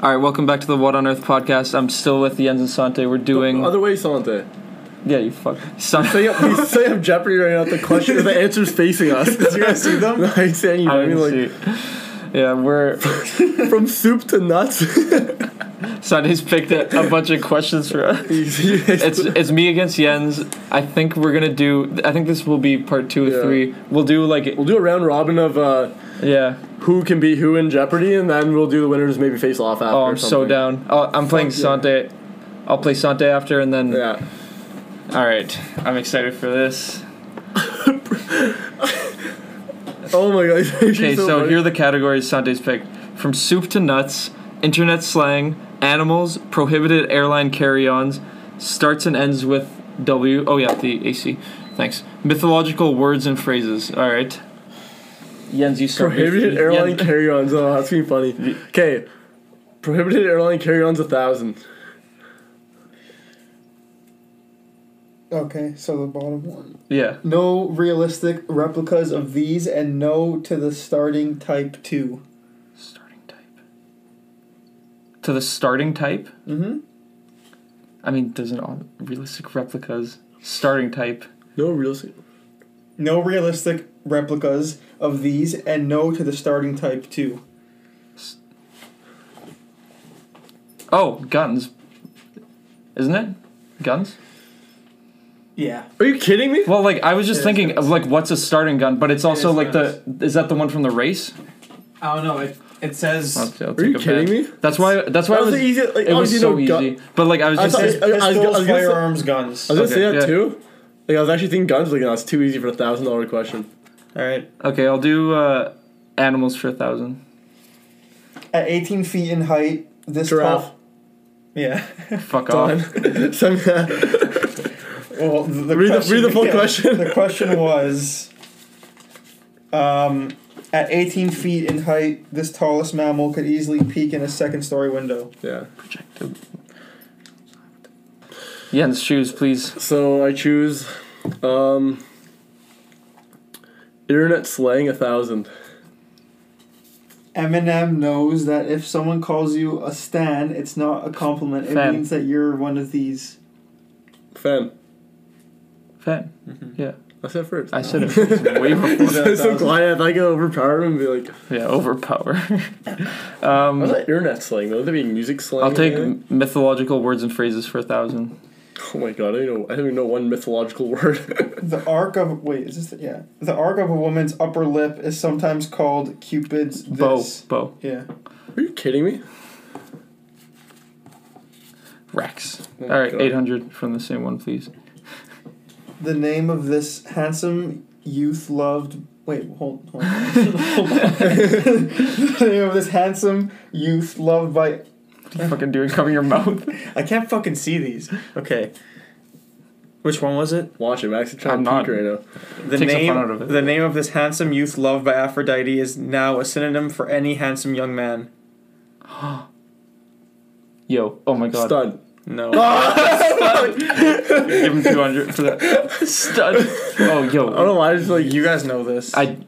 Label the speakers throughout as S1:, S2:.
S1: All right, welcome back to the What on Earth podcast. I'm still with Jens and Sante. We're doing
S2: Other way, Sante.
S1: yeah, you fuck. Son-
S2: Say up, he's say up Jeopardy right now. The question, the answer's facing us.
S3: Did you guys see them?
S2: I ain't saying you.
S1: I
S2: I mean, like
S1: didn't see- yeah, we're
S2: from soup to nuts.
S1: Sante's picked a, a bunch of questions for us. It's
S2: it's
S1: it's me against Jens. I think we're gonna do. I think this will be part two or
S2: Yeah.
S1: three. We'll do like
S2: we'll do a round robin of uh,
S1: yeah.
S2: who can beat who in Jeopardy, and then we'll do the winners maybe face off after.
S1: Oh,
S2: or
S1: I'm so
S2: something.
S1: down. Oh, I'm playing
S2: yeah.
S1: Sante. I'll play Sante after, and then
S2: Yeah,
S1: all right. I'm excited for this.
S2: Oh my god.
S1: Okay, so, here are the categories Sante's picked: from soup to nuts, internet slang, animals, prohibited airline carry-ons, starts and ends with W. Oh yeah, the AC. Thanks. Mythological words and phrases. All right. Jens, you start.
S2: prohibited
S1: Jens-
S2: airline carry-ons. Oh, that's being funny. Okay, prohibited airline carry-ons a thousand.
S3: Okay, so the bottom one.
S1: yeah.
S3: No realistic replicas of these, and no to the starting type two.
S1: Starting type. To the starting type.
S3: Mm-hmm.
S1: I mean, doesn't all realistic replicas starting type?
S2: No real. se-
S3: No realistic replicas of these, and no to the starting type two.
S1: Oh, guns. Isn't it? Guns.
S3: Yeah.
S2: Are you kidding me?
S1: Well, like I was just
S3: It is
S1: thinking of like what's a starting gun, but it's also
S4: is
S1: like the is that the one from the race?
S4: I don't know. It it says
S1: I'll- I'll
S2: Are
S1: take
S2: you
S1: a
S2: kidding
S1: bet.
S2: me?
S1: That's why. That's why I
S2: That was Oh,
S1: was.
S2: the easiest. Like,
S1: it was
S2: obviously,
S1: so
S2: no gun.
S1: easy, but like I was
S2: I
S1: just.
S2: thought-
S1: saying,
S2: I was- I was
S3: Pistols,
S2: gonna say-
S3: firearms, guns.
S2: I was gonna
S1: Okay,
S2: say that
S1: yeah.
S2: too. Like I was actually thinking guns. Like that's too easy for a thousand dollar question.
S3: All right.
S1: okay, I'll do uh, animals for a thousand.
S3: At 18 feet in height, this
S2: Giraffe.
S3: top. Yeah.
S1: Fuck off.
S2: Done. Some-
S3: Well, the, the
S2: Read the-
S3: question,
S2: read the full
S3: yeah,
S2: question.
S3: The question was, um, at 18 feet in height, this tallest mammal could easily peek in a second-story window.
S2: yeah.
S1: Projected. Jens, shoes, please.
S2: So I choose, um, internet slang a thousand.
S3: Eminem knows that if someone calls you a stan, it's not a compliment. It
S1: Fan.
S3: means that you're one of these.
S2: Fan.
S1: Fan. Yeah,
S2: I said first.
S1: I said it way before.
S2: I'm so glad I could overpower him and be like,
S1: Yeah, overpower. um,
S2: "What's that internet slang? Though that be music slang."
S1: I'll
S2: or
S1: take
S2: anything?
S1: mythological words and phrases for a thousand.
S2: Oh my god, I don't know. I don't even know one mythological word.
S3: The arc of wait, is this the, yeah? The arc of a woman's upper lip is sometimes called Cupid's
S1: Bow,
S3: this.
S1: bow,
S3: Yeah.
S2: Are you kidding me?
S1: Rex.
S2: Oh my
S1: All right,
S2: God.
S1: eight hundred from the same one, please.
S3: The name of this handsome youth loved. Wait, hold, hold on. the name of this handsome youth loved by.
S1: fucking doing covering your mouth.
S4: I can't fucking see these. Okay. Which one was it?
S2: Watch it, Max. is
S1: I'm
S2: trying to
S1: not.
S2: peek right now.
S4: The
S1: Takes the
S4: name
S1: fun out of it.
S4: the name of this handsome youth loved by Aphrodite is now a synonym for any handsome young man.
S1: Yo, oh my god.
S2: Stun.
S4: No.
S1: Give him 200 for that. Stud. Oh,
S2: I don't
S1: yo.
S2: know why. I just like
S4: you guys know this.
S1: I.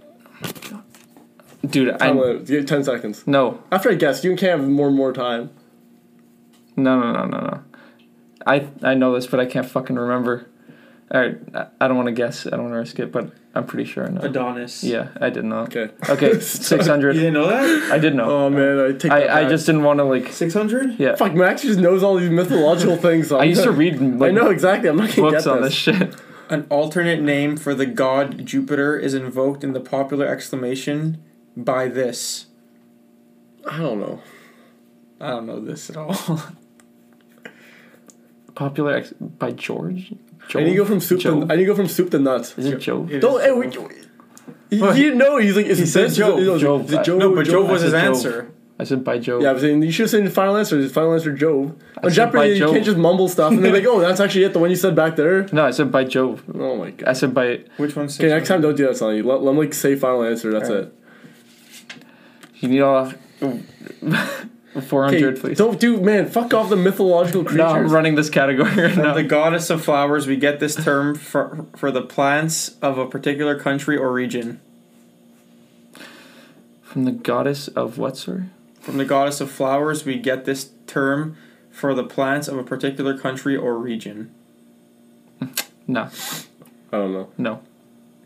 S1: Dude, I.
S2: Time
S1: No.
S2: limit. Get ten seconds.
S1: No,
S2: After I guess, you can't have more and more time.
S1: no, no, no, no. I, I know this, but I can't fucking remember. Alright, I, I don't want to guess. I don't want to risk it, but I'm pretty sure I know.
S4: Adonis.
S1: Yeah, I did not.
S2: Okay.
S1: Okay,
S4: You
S1: 600.
S4: didn't know that?
S1: I did know.
S2: Oh man, I take. That
S1: I, I
S2: back.
S1: just didn't want to, like.
S3: 600?
S1: Yeah.
S2: fuck. Max just knows all these mythological things. so
S1: I
S2: I'm
S1: used to
S2: gonna-
S1: read, like,
S2: I know exactly. I'm not gonna
S1: books
S2: get
S1: on this
S2: this.
S1: shit.
S4: An alternate name for the god Jupiter is invoked in the popular exclamation by this.
S2: I don't know.
S4: I don't know this at all.
S1: Popular ex- by George? Joe?
S2: I need to go from soup.
S1: Joe?
S2: To, I need to go from soup to nuts.
S1: Is it Joe?
S2: Don't. Hey, we, he, he didn't know. He's like, is it
S4: said
S2: this?
S4: Joe.
S2: Is it,
S1: Joe.
S2: Is it Joe?
S4: no, but Jove was
S1: I
S4: his
S1: said Jove.
S4: answer.
S1: I said by Joe.
S2: Yeah, I'm saying you should have said final answer. His final answer, Joe. On
S1: said by
S2: Jeopardy, you
S1: Joe.
S2: can't just mumble stuff and they're like, oh, that's actually it. The one you said back there.
S1: No, I said by Jove.
S2: Oh my god.
S1: I said by
S4: Which one's
S2: Okay, next time don't do that, Sonny. Let, let him like say final answer. That's
S4: Alright.
S2: it.
S1: you need all four
S2: Okay,
S1: hundred, please.
S2: Don't do, man. Fuck off the mythological creatures.
S1: No, I'm running this category right
S4: From the
S1: now.
S4: goddess of flowers, we get this term for, for the plants of a particular country or region.
S1: From the goddess of what, sir?
S3: From the goddess of flowers, we get this term for the plants of a particular country or region.
S1: No,
S2: I don't know.
S1: no.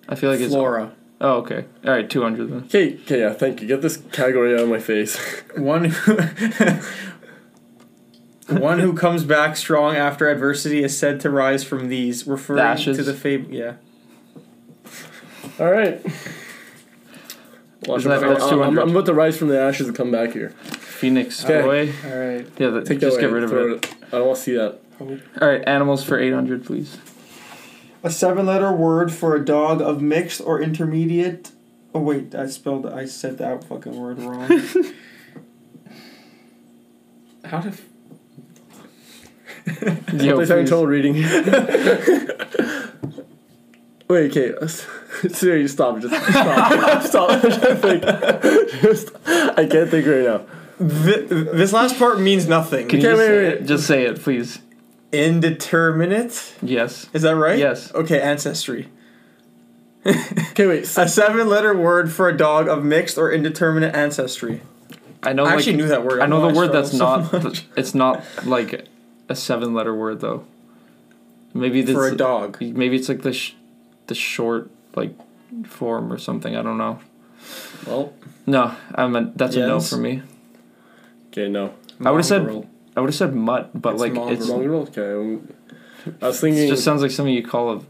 S1: I feel like it's.
S3: Flora.
S1: Oh, okay. All right, 200 then.
S2: Okay, okay, yeah, thank you. Get this category out of my face.
S3: One who, one who comes back strong after adversity is said to rise from these, referring
S1: The ashes?
S3: to the fable. Yeah.
S2: All right.
S1: Watch Isn't that- out. that's
S2: I'm- I'm,
S1: 200.
S2: I'm about to rise from the ashes and come back here.
S1: Phoenix
S2: Okay.
S1: boy.
S3: All right.
S1: Yeah, that,
S2: Take that
S1: just
S2: away.
S1: get rid of
S2: Throw
S1: it.
S2: I don't want to see that.
S1: All right, animals for 800, please.
S5: A seven letter word for a dog of mixed or intermediate. Oh, wait, I spelled, I said that fucking word wrong.
S3: How to? F-
S1: Yo,
S2: Sometimes I'm
S1: please.
S2: trouble reading. Wait, okay. Siri, stop. Just stop. stop. I'm trying to think. Just- I can't think right now.
S3: Th- this last part means nothing.
S1: Can you
S2: Okay,
S1: just
S2: wait,
S1: say
S2: wait.
S1: it? Just say it, please.
S3: Indeterminate.
S1: Yes.
S3: Is that right?
S1: Yes.
S3: Okay. Ancestry.
S2: Okay, wait. s-
S3: A seven-letter word for a dog of mixed or indeterminate ancestry.
S1: I know.
S3: I
S1: like,
S3: actually knew that word.
S1: I know the
S3: don't why
S1: word that's
S3: struggled
S1: not.
S3: so much.
S1: th- it's not like a seven-letter word though. Maybe this.
S3: for a dog.
S1: Maybe it's like the, sh- the short like form or something. I don't know.
S3: Well,
S1: No, I meant that's a no
S3: Jens?
S1: for me.
S2: Okay, no.
S1: I would've said- I would have said mutt, but
S3: It's
S1: like
S3: mongrel.
S1: it's,
S2: Wrong roll. Okay. um, I was thinking.
S1: it just sounds like something you call a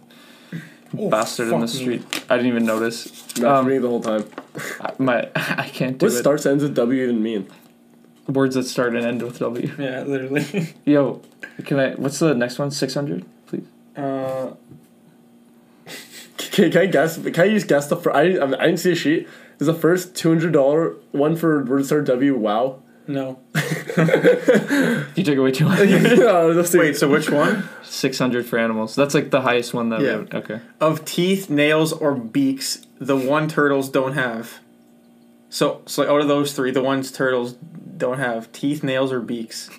S3: Oh,
S1: bastard in the street. I didn't even notice.
S2: Not
S1: um,
S2: for me the whole time.
S1: I, my I can't do
S2: What
S1: it.
S2: starts and ends with W even mean?
S1: Words that start and end with W.
S3: Yeah, literally.
S1: Yo, can I? What's the next one? Six hundred, please.
S5: uh,
S2: Can, can I guess? Can I just guess the first? I didn't, I mean, I didn't see a sheet. Is the first two hundred dollar one for word start W? Wow.
S3: no.
S1: You took away two hundred.
S2: No, let's see.
S3: Wait. So which one?
S1: Six hundred for animals. That's like the highest one that. we
S3: Yeah.
S1: would- okay.
S3: of teeth, nails, or beaks the one turtles don't have. So, so out of those three, the ones turtles don't have teeth, nails, or beaks.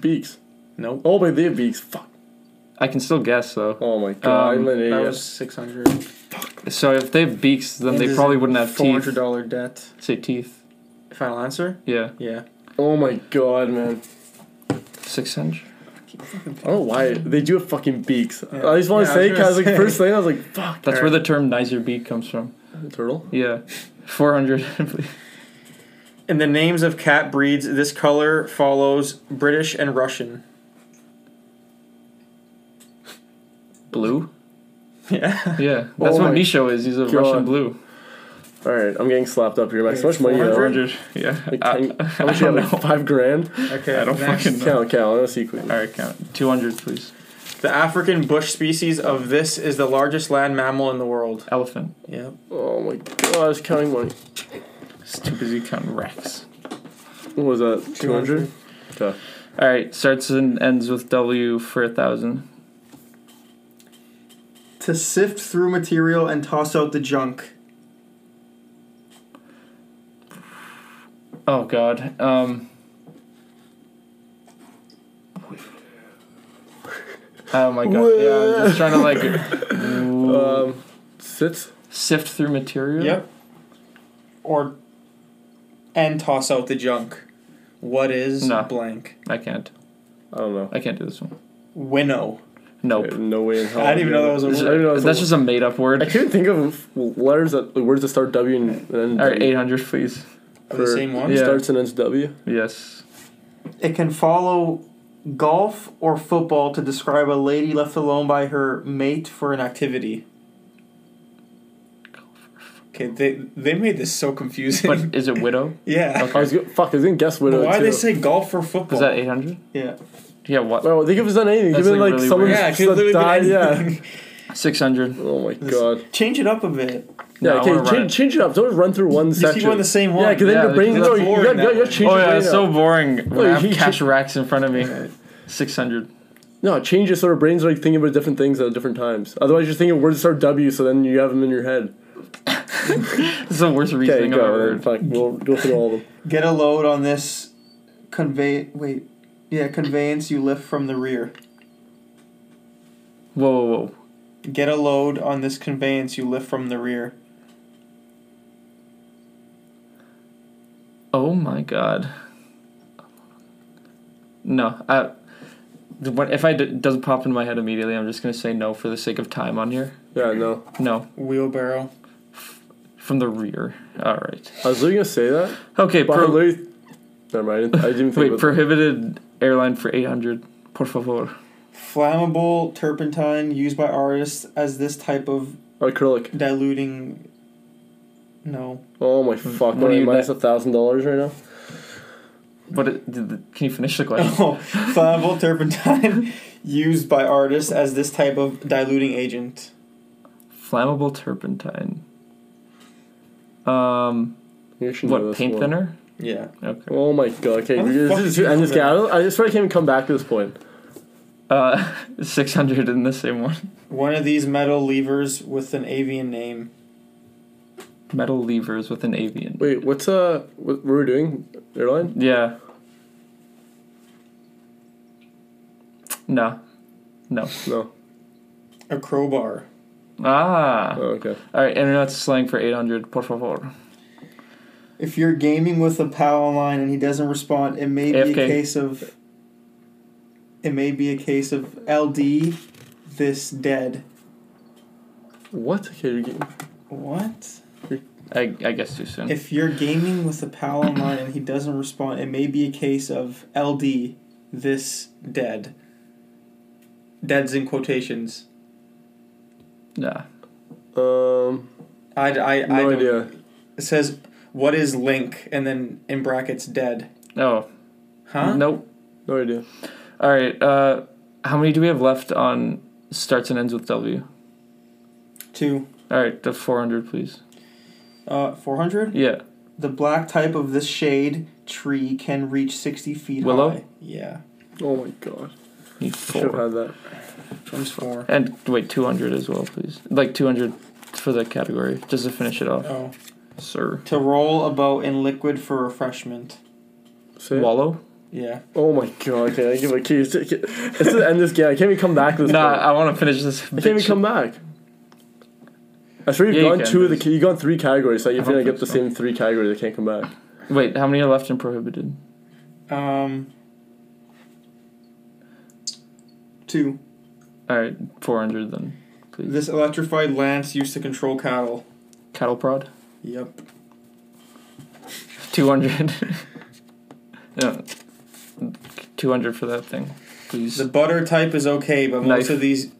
S2: beaks.
S3: Nope.
S2: Oh, but they have beaks. Fuck.
S1: I can still guess though.
S2: Oh my god.
S1: Um,
S2: I'm an idiot.
S3: That was six hundred.
S1: So if they have beaks, then they probably wouldn't have
S3: four hundred
S1: teeth.
S3: dollar debt.
S1: Say teeth.
S3: Final answer.
S1: Yeah,
S3: Yeah.
S2: oh my god, man.
S1: six hundred.
S2: I don't know why they do have fucking beaks.
S3: Yeah.
S2: I just want
S3: Yeah,
S2: to
S3: I
S2: say
S3: was
S2: because I was like
S3: gonna
S2: first thing I was like fuck
S1: That's
S3: Alright.
S1: where the term "nicer beak" comes from.
S2: turtle.
S1: Yeah, four hundred.
S3: In the names of cat breeds, this color follows British and Russian.
S1: blue.
S3: Yeah.
S1: Yeah, that's
S2: Oh
S1: what
S2: my
S1: Misho is. He's a
S2: God.
S1: Russian blue.
S2: All right, I'm getting slapped up here, Max. How much money you
S1: Four
S2: have?
S1: hundred. Yeah. Ah,
S2: Like,
S1: I-
S2: ten, how
S1: I
S2: much you have?
S1: don't
S2: Like five grand.
S3: Okay.
S1: I don't
S3: next.
S1: fucking know.
S2: Count, count. I want to see quickly.
S1: All right, count two hundred, please.
S3: The African bush species of this is the largest land mammal in the world.
S1: Elephant.
S3: Yeah.
S2: Oh my god, I was counting money.
S1: It's too busy counting racks.
S2: What was that? Two hundred. Okay.
S1: All right, starts and ends with W for a thousand.
S5: to sift through material and toss out the junk.
S1: Oh God. Um. Oh my God. Yeah, I'm just trying to like
S2: Um, sits.
S1: sift through material.
S3: Yep. Or and toss out the junk. What is
S1: No.
S3: blank?
S1: I can't.
S2: I don't know.
S1: I can't do this one.
S3: Winnow.
S1: Nope.
S2: No way in hell.
S3: I didn't even know that was a
S2: I
S3: word.
S2: didn't know that was a
S1: That's just a made up
S2: I
S1: word.
S2: couldn't think of letters that like, words that start W and and end.
S1: All right,
S2: W.
S1: eight hundred, please.
S3: Are they the
S2: For-
S3: same one?
S1: Yeah.
S2: Starts and ends W.
S1: Yes.
S5: It can follow golf or football to describe a lady left alone by her mate for an activity.
S3: Okay, they they made this so confusing.
S1: But is it widow?
S3: yeah.
S2: I was go- fuck. I was gonna guess widow.
S3: Why
S2: too.
S3: they say golf or football?
S1: Is that eight hundred?
S5: Yeah.
S1: Yeah. What?
S2: Well, they could have done anything.
S1: That's,
S2: Give it
S1: like,
S2: like,
S1: really
S2: someone
S1: weird.
S3: yeah, it could
S2: that
S3: literally
S2: died.
S3: be
S2: Yeah.
S3: anything.
S1: Six hundred.
S2: Oh my god.
S5: Change it up a bit.
S1: No, I
S2: Yeah.
S1: wanna
S2: Okay.
S1: run
S2: Change,
S1: it.
S2: change it up. Don't run through one
S3: Just
S2: section.
S3: keep on the same one.
S2: yeah, because then
S1: Yeah,
S2: your brain's
S1: because
S2: no,
S3: that's
S2: you
S3: boring
S2: got,
S3: that
S2: you got
S3: way.
S2: change
S1: Oh
S2: your
S1: yeah,
S2: brain
S1: it's so
S2: up.
S1: boring. When I
S2: he-
S1: have
S2: he-
S1: cash racks in front of me. Six hundred.
S2: No, change it so our brains are like thinking about different things at different times. Otherwise, you're thinking words that start W, so then you have them in your head.
S1: This is the worst
S2: Okay,
S1: reasoning I've ever
S2: go. Then,
S1: heard.
S2: fuck, we'll go through all of them.
S5: Get a load on this convey wait. Yeah, conveyance you lift from the rear.
S1: Whoa, whoa, whoa.
S5: Get a load on this conveyance you lift from the rear.
S1: Oh my god. No, I. What if I d- doesn't pop in my head immediately? I'm just gonna say no for the sake of time on here.
S2: Yeah, no.
S1: No,
S4: Wheelbarrow.
S1: from the rear. All right.
S2: I was really gonna say that,
S1: Okay.
S2: but I
S1: pro-
S2: literally. Never mind. I didn't, I didn't think
S1: wait,
S2: about
S1: prohibited airline for 800. Por favor.
S3: Flammable turpentine used by artists as this type of
S2: Oh, acrylic.
S3: diluting. No.
S2: Oh my fuck!
S1: Mm, What
S2: What
S1: do
S2: are
S1: you
S2: you minus a thousand dollars right now?
S1: What it, did the, can you finish the question?
S3: Oh, flammable turpentine used by artists as this type of diluting agent.
S1: Flammable turpentine. Um,
S2: You should know
S1: what
S2: this
S1: paint
S2: one.
S1: thinner?
S3: Yeah.
S1: Okay.
S2: Oh my god! Okay,
S3: How the
S2: this
S3: fuck
S2: is-
S3: did you
S2: and
S3: know
S2: this guy. I, don't, I swear I can't even come back to this point.
S1: Uh, 600 in the same one.
S3: One of these metal levers with an avian name.
S1: Metal levers with an avian.
S2: Wait, what's uh, what were we doing? Airline?
S1: Yeah. No. No.
S2: No.
S3: A crowbar.
S1: Ah.
S2: Oh, okay.
S1: All right. Internet slang for 800. Por favor.
S3: If you're gaming with a pal online and he doesn't respond, it may be
S1: AFK.
S3: a case of. It may be a case of LD, this dead.
S2: What? Okay, you're getting,
S3: What?
S1: I, I guess too soon.
S3: If you're gaming with a pal online and he doesn't respond, it may be a case of LD, this dead. Dead's in quotations.
S1: nah.
S2: um,
S3: I, I,
S2: no
S3: I don't-
S2: idea.
S3: It says, what is link? And then in brackets, dead.
S1: Oh.
S3: Huh?
S1: Nope.
S2: No idea.
S1: All right. Uh, how many do we have left on starts and ends with W?
S3: Two.
S1: All right, the 400, please.
S3: Uh, 400?
S1: Yeah.
S3: The black type of this shade tree can reach 60 feet
S1: Willow?
S3: high. Yeah.
S2: Oh my god.
S1: Need
S2: Should have
S1: four.
S2: had that.
S3: Times four.
S1: And wait, 200 as well, please. Like 200 for the category, just to finish it off.
S3: Oh.
S1: Sir.
S3: To roll a boat in liquid for refreshment.
S2: Say it.
S1: Wallow?
S3: Yeah.
S2: Oh my god, okay, I give a key. It's it's the end of this game. I can't even come back to this.
S1: Nah,
S2: point.
S1: I want to finish this.
S2: I can't even
S1: bitch.
S2: come back. I swear you've
S1: Yeah, you
S2: gone
S1: can,
S2: two of the
S1: but-
S2: ca- you've gone three categories, so
S1: I
S2: you
S1: don't
S2: feel like
S1: think
S2: get the
S1: so.
S2: same three categories, I can't come back.
S1: Wait, how many are left in prohibited?
S3: Um. Two.
S1: All right, 400 then, please.
S3: This electrified lance used to control cattle.
S1: Cattle prod?
S3: Yep.
S1: 200. no. 200 for that thing, please.
S3: The butter type is okay, but
S1: Knife.
S3: most of these.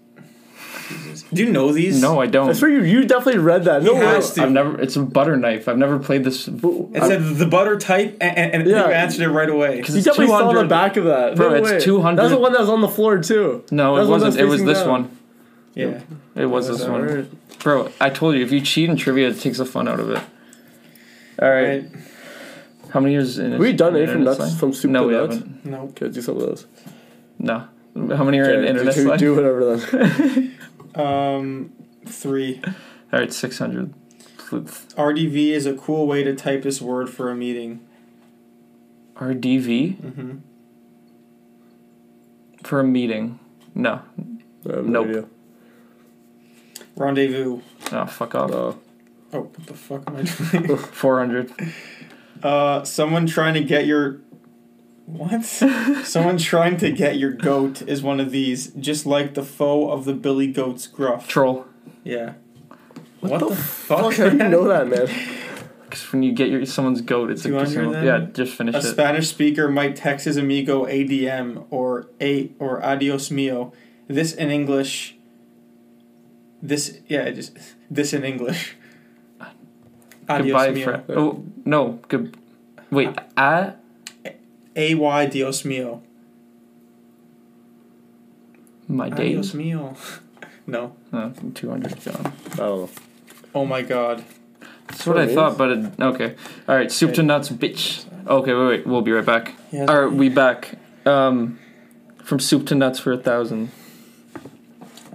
S3: Do you know these?
S1: no, I
S2: I
S1: don't.
S2: swear you you definitely read that. No
S3: He
S2: way.
S3: has to.
S1: I've never. It's a butter knife. I've never played this.
S2: Bro,
S3: It said the butter type, and, and, and
S2: Yeah.
S3: you answered it right away.
S1: Cause
S2: you
S1: it's
S2: definitely saw the
S1: 200.
S2: back of that.
S1: Bro,
S2: no
S1: it's
S2: way.
S1: 200.
S2: That's the one that was on the floor too.
S1: No,
S2: That's
S1: it
S2: the one
S1: wasn't.
S2: that's
S1: It was
S2: facing
S1: this
S2: down.
S1: one.
S3: Yeah.
S1: It was
S2: That's
S1: this
S2: all
S1: one.
S2: right.
S1: Bro, I told you, if you cheat in trivia, it takes the fun out of it. All right.
S3: Right.
S1: How many years in?
S2: We done
S1: in
S2: eight from
S1: internet
S2: nuts
S1: slang?
S2: from soup
S1: No,
S2: to
S1: we
S2: nuts.
S1: haven't.
S3: No.
S2: Okay, do something else.
S1: No. How many are in
S2: Okay,
S1: internet
S2: do,
S1: slang?
S2: do whatever then.
S3: Um, three.
S1: All right, six hundred.
S3: RDV is a cool way to type this word for a meeting.
S1: RDV
S3: Mm-hmm.
S1: for a meeting. No.
S2: I
S1: Nope.
S2: have No idea.
S3: Rendezvous.
S1: Oh, fuck off.
S2: No.
S3: Oh, what the fuck am I doing?
S1: Four hundred.
S3: uh, someone trying to get your. What? someone trying to get your goat is one of these, just like the foe of the billy goat's gruff.
S1: Troll.
S3: yeah.
S2: What,
S3: What
S2: the,
S3: the
S2: fuck? How do you know that, man?
S1: Because when you get your someone's goat, it's like
S3: 200
S1: someone,
S3: then?
S1: yeah. Just finish
S3: A
S1: it.
S3: Spanish speaker might text his amigo ADM or A or Adios mio. This in English. This yeah, it just this in English. Adios
S1: Goodbye,
S3: mio.
S1: friend. Oh no. Good. Wait. I.
S3: A Y Dios mio.
S1: My
S3: Adios
S1: days.
S3: mio. Ah, no.
S1: Oh, Two hundred gone.
S2: I don't know.
S3: Oh my god.
S1: That's what I
S2: Sure
S1: thought,
S2: is.
S1: but it, okay. All right, soup to nuts, bitch. Okay, wait, wait. We'll be right back.
S3: He has-
S1: All right, we back. Um, from soup to nuts for a thousand.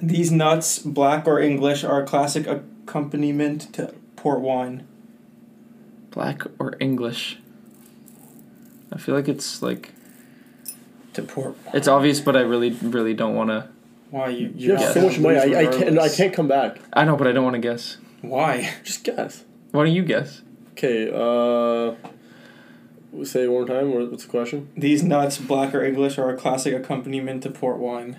S3: These nuts, black or English, are a classic accompaniment to port wine.
S1: Black or English? I feel like it's like
S3: To port wine.
S1: it's obvious, but I really, really don't want to.
S3: Why you?
S2: You have
S1: Yeah.
S2: so much money. I, I can't. I
S3: Regardless.
S2: can't come back.
S1: I know, but I don't want to guess.
S3: Why?
S2: Just guess.
S1: Why don't you guess?
S2: Okay. Uh, say it one more time. What- What's the question?
S3: These nuts, black or English, are a classic accompaniment to port wine.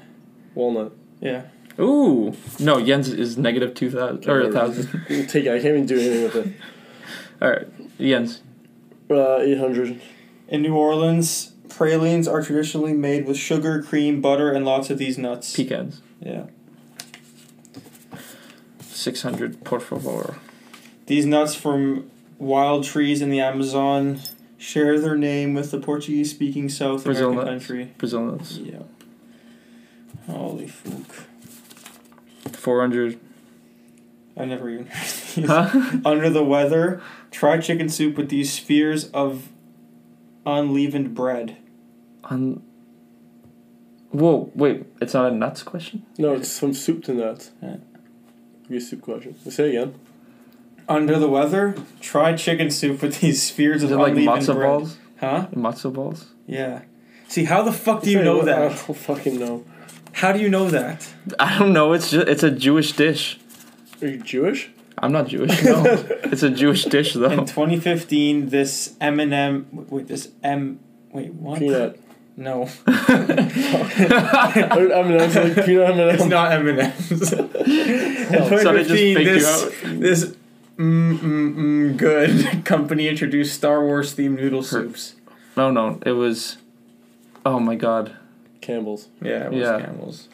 S2: Walnut.
S3: Yeah.
S1: Ooh, no, yens is negative two thousand or a thousand.
S2: Take it. I can't even do anything with it.
S1: All right, yens.
S2: Uh, eight hundred.
S3: In New Orleans, pralines are traditionally made with sugar, cream, butter, and lots of these nuts.
S1: Pecans.
S3: Yeah.
S1: Six hundred. Por favor.
S3: These nuts from wild trees in the Amazon share their name with the Portuguese speaking South
S1: Brazil
S3: American
S1: nuts.
S3: country.
S1: Brazil nuts.
S3: Yep. Holy fuck.
S1: Four hundred.
S3: I never even heard these.
S1: Huh?
S3: Under the weather, try chicken soup with these spheres of unleavened bread.
S1: On. Whoa! Wait, it's not a nuts question.
S2: No, it's from soup to nuts.
S3: Alright.
S2: Give me a soup question. Say it again.
S3: Under the weather, try chicken soup with these spheres
S1: Is
S3: of
S1: it like
S3: unleavened
S1: matzo
S3: bread.
S1: balls?
S3: Huh?
S1: Matzo balls.
S3: Yeah. See, how the fuck do
S2: Say
S3: you
S2: it,
S3: know
S2: what- I
S3: that?
S2: don't fucking know.
S3: How do you know that?
S1: I don't know. It's just, it's a Jewish dish.
S2: Are you Jewish?
S1: I'm not Jewish. No, it's a Jewish dish
S3: In
S1: though.
S3: 2015, this M&M... Wait, this M... Wait, what?
S2: Peanut.
S3: No.
S2: I am like peanut M&M.
S4: It's not M&M's.
S1: So they just
S4: 2015,
S1: faked you out?
S4: this, this mm, mm, mm, good company introduced Star Wars themed noodle soups.
S1: No, no, it was. Oh my god.
S2: Campbell's.
S4: Yeah, it was
S1: Yeah.
S4: Campbell's.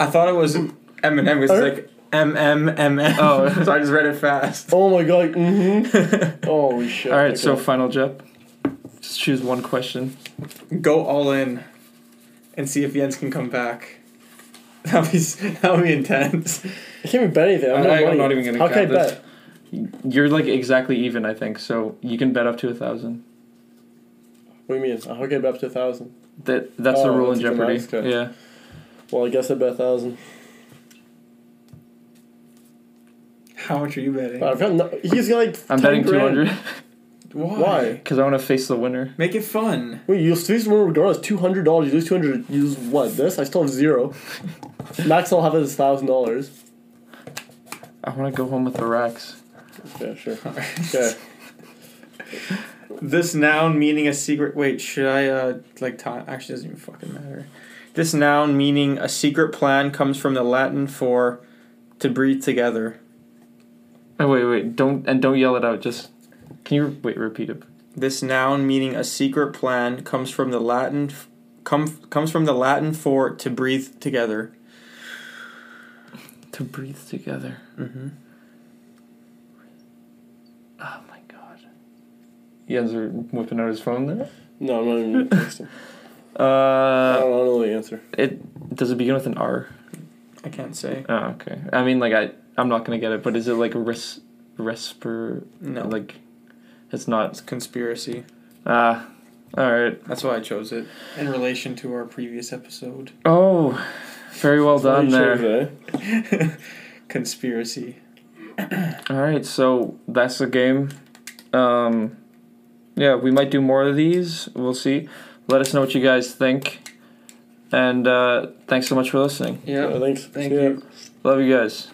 S4: I thought it was M and M because it's like M M M M.
S1: Oh.
S4: so I just read it fast.
S2: Oh my god. Mm-hmm. Holy shit.
S1: All right, so
S2: Okay.
S1: final jep. Just choose one question.
S4: Go all in, and see if Jens can come back. That'll be s- that'll be intense.
S2: I can't even bet anything. I'm,
S4: I-
S2: not,
S4: I'm
S2: money.
S4: not even gonna
S2: How can I
S4: count this.
S2: bet?
S1: You're like exactly even, I think. So you can bet up to a thousand.
S2: What do you mean? How can I bet up to a thousand?
S1: That that's the
S2: Oh,
S1: rule in
S2: that's a
S1: Jeopardy.
S2: good ask.
S1: Yeah.
S2: Well, I guess I bet a thousand.
S4: How much are you betting?
S2: I've got no, he's got like.
S1: I'm
S2: 10
S1: betting two
S2: grand.
S1: hundred
S4: Why?
S2: Why?
S1: because I want to face the winner.
S4: Make it fun.
S2: Wait, you'll lose one regardless. Two hundred dollars. You lose two hundred. You lose what? This? I still have zero. Max, I'll have is thousand dollars.
S1: I want to go home with the racks.
S2: Yeah, sure. Okay.
S4: This noun meaning a secret. Wait, should I uh like time? Actually, doesn't even fucking matter. This noun meaning a secret plan comes from the Latin for to breathe together.
S1: Oh wait, wait, don't and don't yell it out. Just can you wait? Repeat it.
S4: This noun meaning a secret plan comes from the Latin f- come comes from the Latin for to breathe together.
S1: To breathe together.
S4: Mm-hmm.
S1: Oh my god. Jens are whipping out his phone there.
S2: No, I'm not even texting. I
S1: Uh,
S2: don't know the answer.
S1: it does it begin with an R?
S4: I can't say.
S1: Oh, okay. I mean, like I, I'm not gonna get it, but is it like res, resper?
S4: No.
S1: Like, it's not.
S4: It's conspiracy.
S1: Ah, all right.
S4: That's why I chose it.
S3: In relation to our previous episode,
S1: Oh, very well done there.
S3: conspiracy.
S1: All right, so that's the game. Um, yeah, we might do more of these. We'll see. Let us know what you guys think. And uh, thanks so much for listening.
S2: Yeah, thanks.
S3: Thank
S2: See ya.
S3: you.
S1: Love you guys.